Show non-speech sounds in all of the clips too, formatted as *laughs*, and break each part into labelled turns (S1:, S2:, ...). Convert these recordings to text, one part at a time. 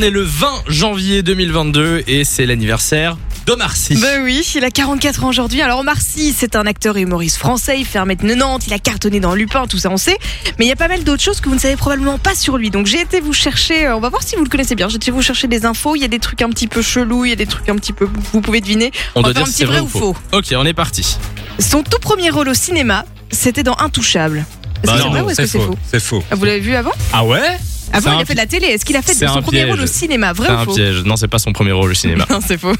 S1: est le 20 janvier 2022 et c'est l'anniversaire d'Omar Sy.
S2: Ben oui, il a 44 ans aujourd'hui. Alors Omar Sy, c'est un acteur et humoriste français, il fait 1m90, il a cartonné dans Lupin, tout ça on sait. Mais il y a pas mal d'autres choses que vous ne savez probablement pas sur lui. Donc j'ai été vous chercher, euh, on va voir si vous le connaissez bien, j'ai été vous chercher des infos, il y a des trucs un petit peu chelous, il y a des trucs un petit peu, vous pouvez deviner.
S1: On doit
S2: va faire
S1: dire
S2: un
S1: si
S2: petit
S1: c'est
S2: vrai,
S1: vrai
S2: ou
S1: ou
S2: faux.
S1: faux. Ok, on est parti.
S2: Son tout premier rôle au cinéma, c'était dans Intouchable. Est-ce
S1: Bah
S2: que
S1: non,
S2: c'est vrai ou est-ce que c'est faux
S3: C'est faux.
S2: Vous l'avez vu avant
S1: Ah ouais C'est
S2: Avant,
S1: un
S2: il a fait de la télé. Est-ce qu'il a fait
S1: c'est
S2: son
S1: un
S2: premier rôle au
S1: piège.
S2: cinéma Vrai
S1: C'est
S2: ou
S1: un
S2: faux
S1: piège. Non, c'est pas son premier rôle au
S2: *laughs*
S1: cinéma.
S2: Non, Hein, c'est faux.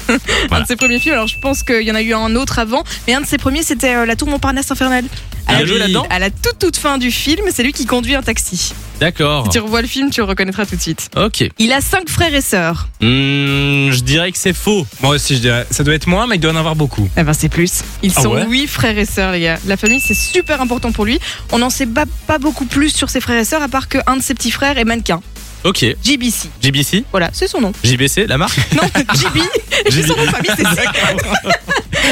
S2: Un de ses premiers films, alors je pense qu'il y en a eu un autre avant, mais un de ses premiers, c'était euh, La Tour Montparnasse Infernale.
S1: Il
S2: À
S3: Ah
S1: a
S2: la-
S1: joué là-dedans
S2: À la toute toute fin du film, c'est lui qui conduit un taxi.
S1: D'accord.
S3: Oh.
S2: Si tu revois le film, tu le reconnaîtras tout de suite.
S1: Ok.
S2: Il a cinq frères et sœurs.
S1: Hmm, je dirais que c'est faux.
S3: Moi aussi, je dirais. Ça doit être moins, mais il doit en avoir beaucoup.
S2: Eh ben c'est plus. Ils
S3: Ah
S2: sont
S3: ouais
S2: huit frères et sœurs, les gars. La famille, c'est super important pour lui. On n'en sait pas, pas beaucoup plus sur ses frères et sœurs, à part qu'un de ses petits frères est mannequin.
S1: Ok.
S2: JBC.
S1: JBC
S2: Voilà, c'est son nom.
S1: JBC, la marque
S2: Non,
S3: Ah.
S2: JB. C'est *laughs*
S1: JB.
S2: son nom de famille, c'est ça.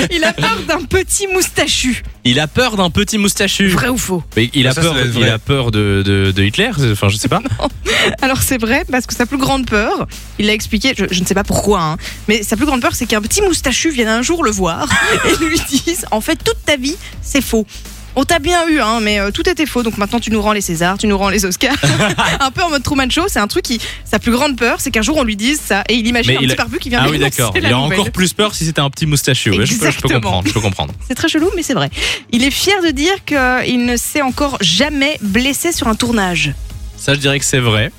S2: Il a peur d'un petit moustachu.
S1: Il a peur d'un petit moustachu.
S2: Vrai ou faux
S1: Mais il a
S3: Ça, ça
S1: peur,
S3: doit être
S1: il
S3: vrai.
S1: a peur de, de- de Hitler. Enfin, je sais
S2: *laughs*
S1: pas.
S2: Alors c'est vrai parce que sa plus grande peur, il l'a expliqué, je, je ne sais pas pourquoi, hein, mais sa plus grande peur c'est qu'un petit moustachu vienne un jour le voir *laughs* et lui dise en fait toute ta vie c'est faux. On t'a bien eu, hein, mais euh, tout était faux. Donc maintenant, tu nous rends les Césars, tu nous rends
S1: *laughs*
S2: les Oscars. un peu en mode Truman Show, c'est un truc qui. Sa plus grande peur, c'est qu'un jour on lui dise ça. Et il imagine
S1: Mais
S2: un
S1: il
S2: petit
S1: a-
S2: barbu qui vient
S1: Ah
S2: lui
S1: oui,
S2: *laughs* lancer
S1: d'accord.
S2: la
S1: Il a
S2: nouvelle.
S1: encore plus peur si c'était un petit moustachu. Ouais, je, peux, je peux
S2: Exactement.
S1: comprendre. Je peux comprendre.
S2: C'est très chelou, mais c'est vrai. Il est fier de dire qu'il ne s'est encore jamais blessé sur un tournage.
S1: Ça, je dirais que c'est vrai.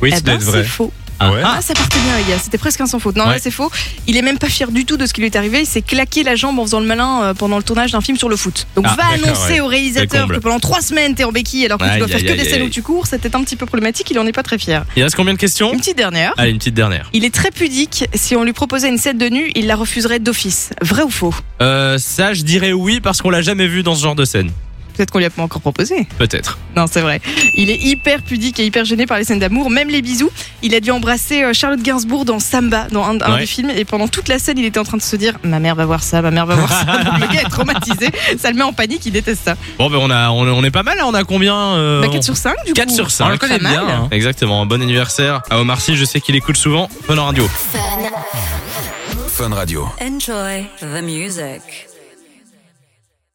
S3: Oui,
S2: Eh
S3: ça doit
S2: ben,
S3: être
S2: c'est
S3: vrai.
S2: faux.
S1: Ah
S3: ouais.
S2: Ah, ça partait bien, les gars. C'était presque un sans faute. Non,
S1: Ouais.
S2: là, c'est faux. Il est même pas fier du tout de ce qui lui est arrivé. Il s'est claqué la jambe en faisant le malin euh, pendant le tournage d'un film sur le foot. Donc,
S1: Ah,
S2: va annoncer
S3: d'accord, ouais.
S2: au
S1: C'est le
S2: réalisateur
S1: comble.
S2: que pendant trois semaines, t'es en béquille alors que tu
S1: Aïe,
S2: dois faire
S1: aïe,
S2: que des
S1: aïe,
S2: scènes où
S1: aïe.
S2: tu cours. C'était un petit peu problématique. Il en est pas très fier.
S1: Il reste combien de questions
S2: Une petite dernière.
S1: Allez, une petite dernière.
S2: Il est très pudique. Si on lui proposait une scène de nu, il la refuserait d'office. Vrai ou faux
S1: Euh, ça, je dirais oui parce qu'on l'a jamais vu dans ce genre de scène.
S2: Peut-être qu'on lui a pas encore proposé.
S1: Peut-être.
S2: Non, c'est vrai. Il est hyper pudique et hyper gêné par les scènes d'amour, même les bisous. Il a dû embrasser euh, Charlotte Gainsbourg dans Samba, dans un, un
S1: Ouais.
S2: des films. Et pendant toute la scène, il était en train de se dire Ma mère va voir ça, ma mère
S1: *laughs*
S2: va voir ça. Donc, le gars est traumatisé. Ça le met en panique, il déteste ça.
S1: Bon, ben on a, on, on est pas mal. là. On a combien euh,
S2: Bah,
S1: on-
S2: 4 sur 5, du
S1: Quatre
S2: coup.
S1: sur cinq.
S2: On le connaît Pas bien, mal. hein.
S1: Exactement. Bon anniversaire à Omar Sy. Je sais qu'il écoute souvent. Bonne radio.
S3: Fun Radio.
S4: Enjoy the music.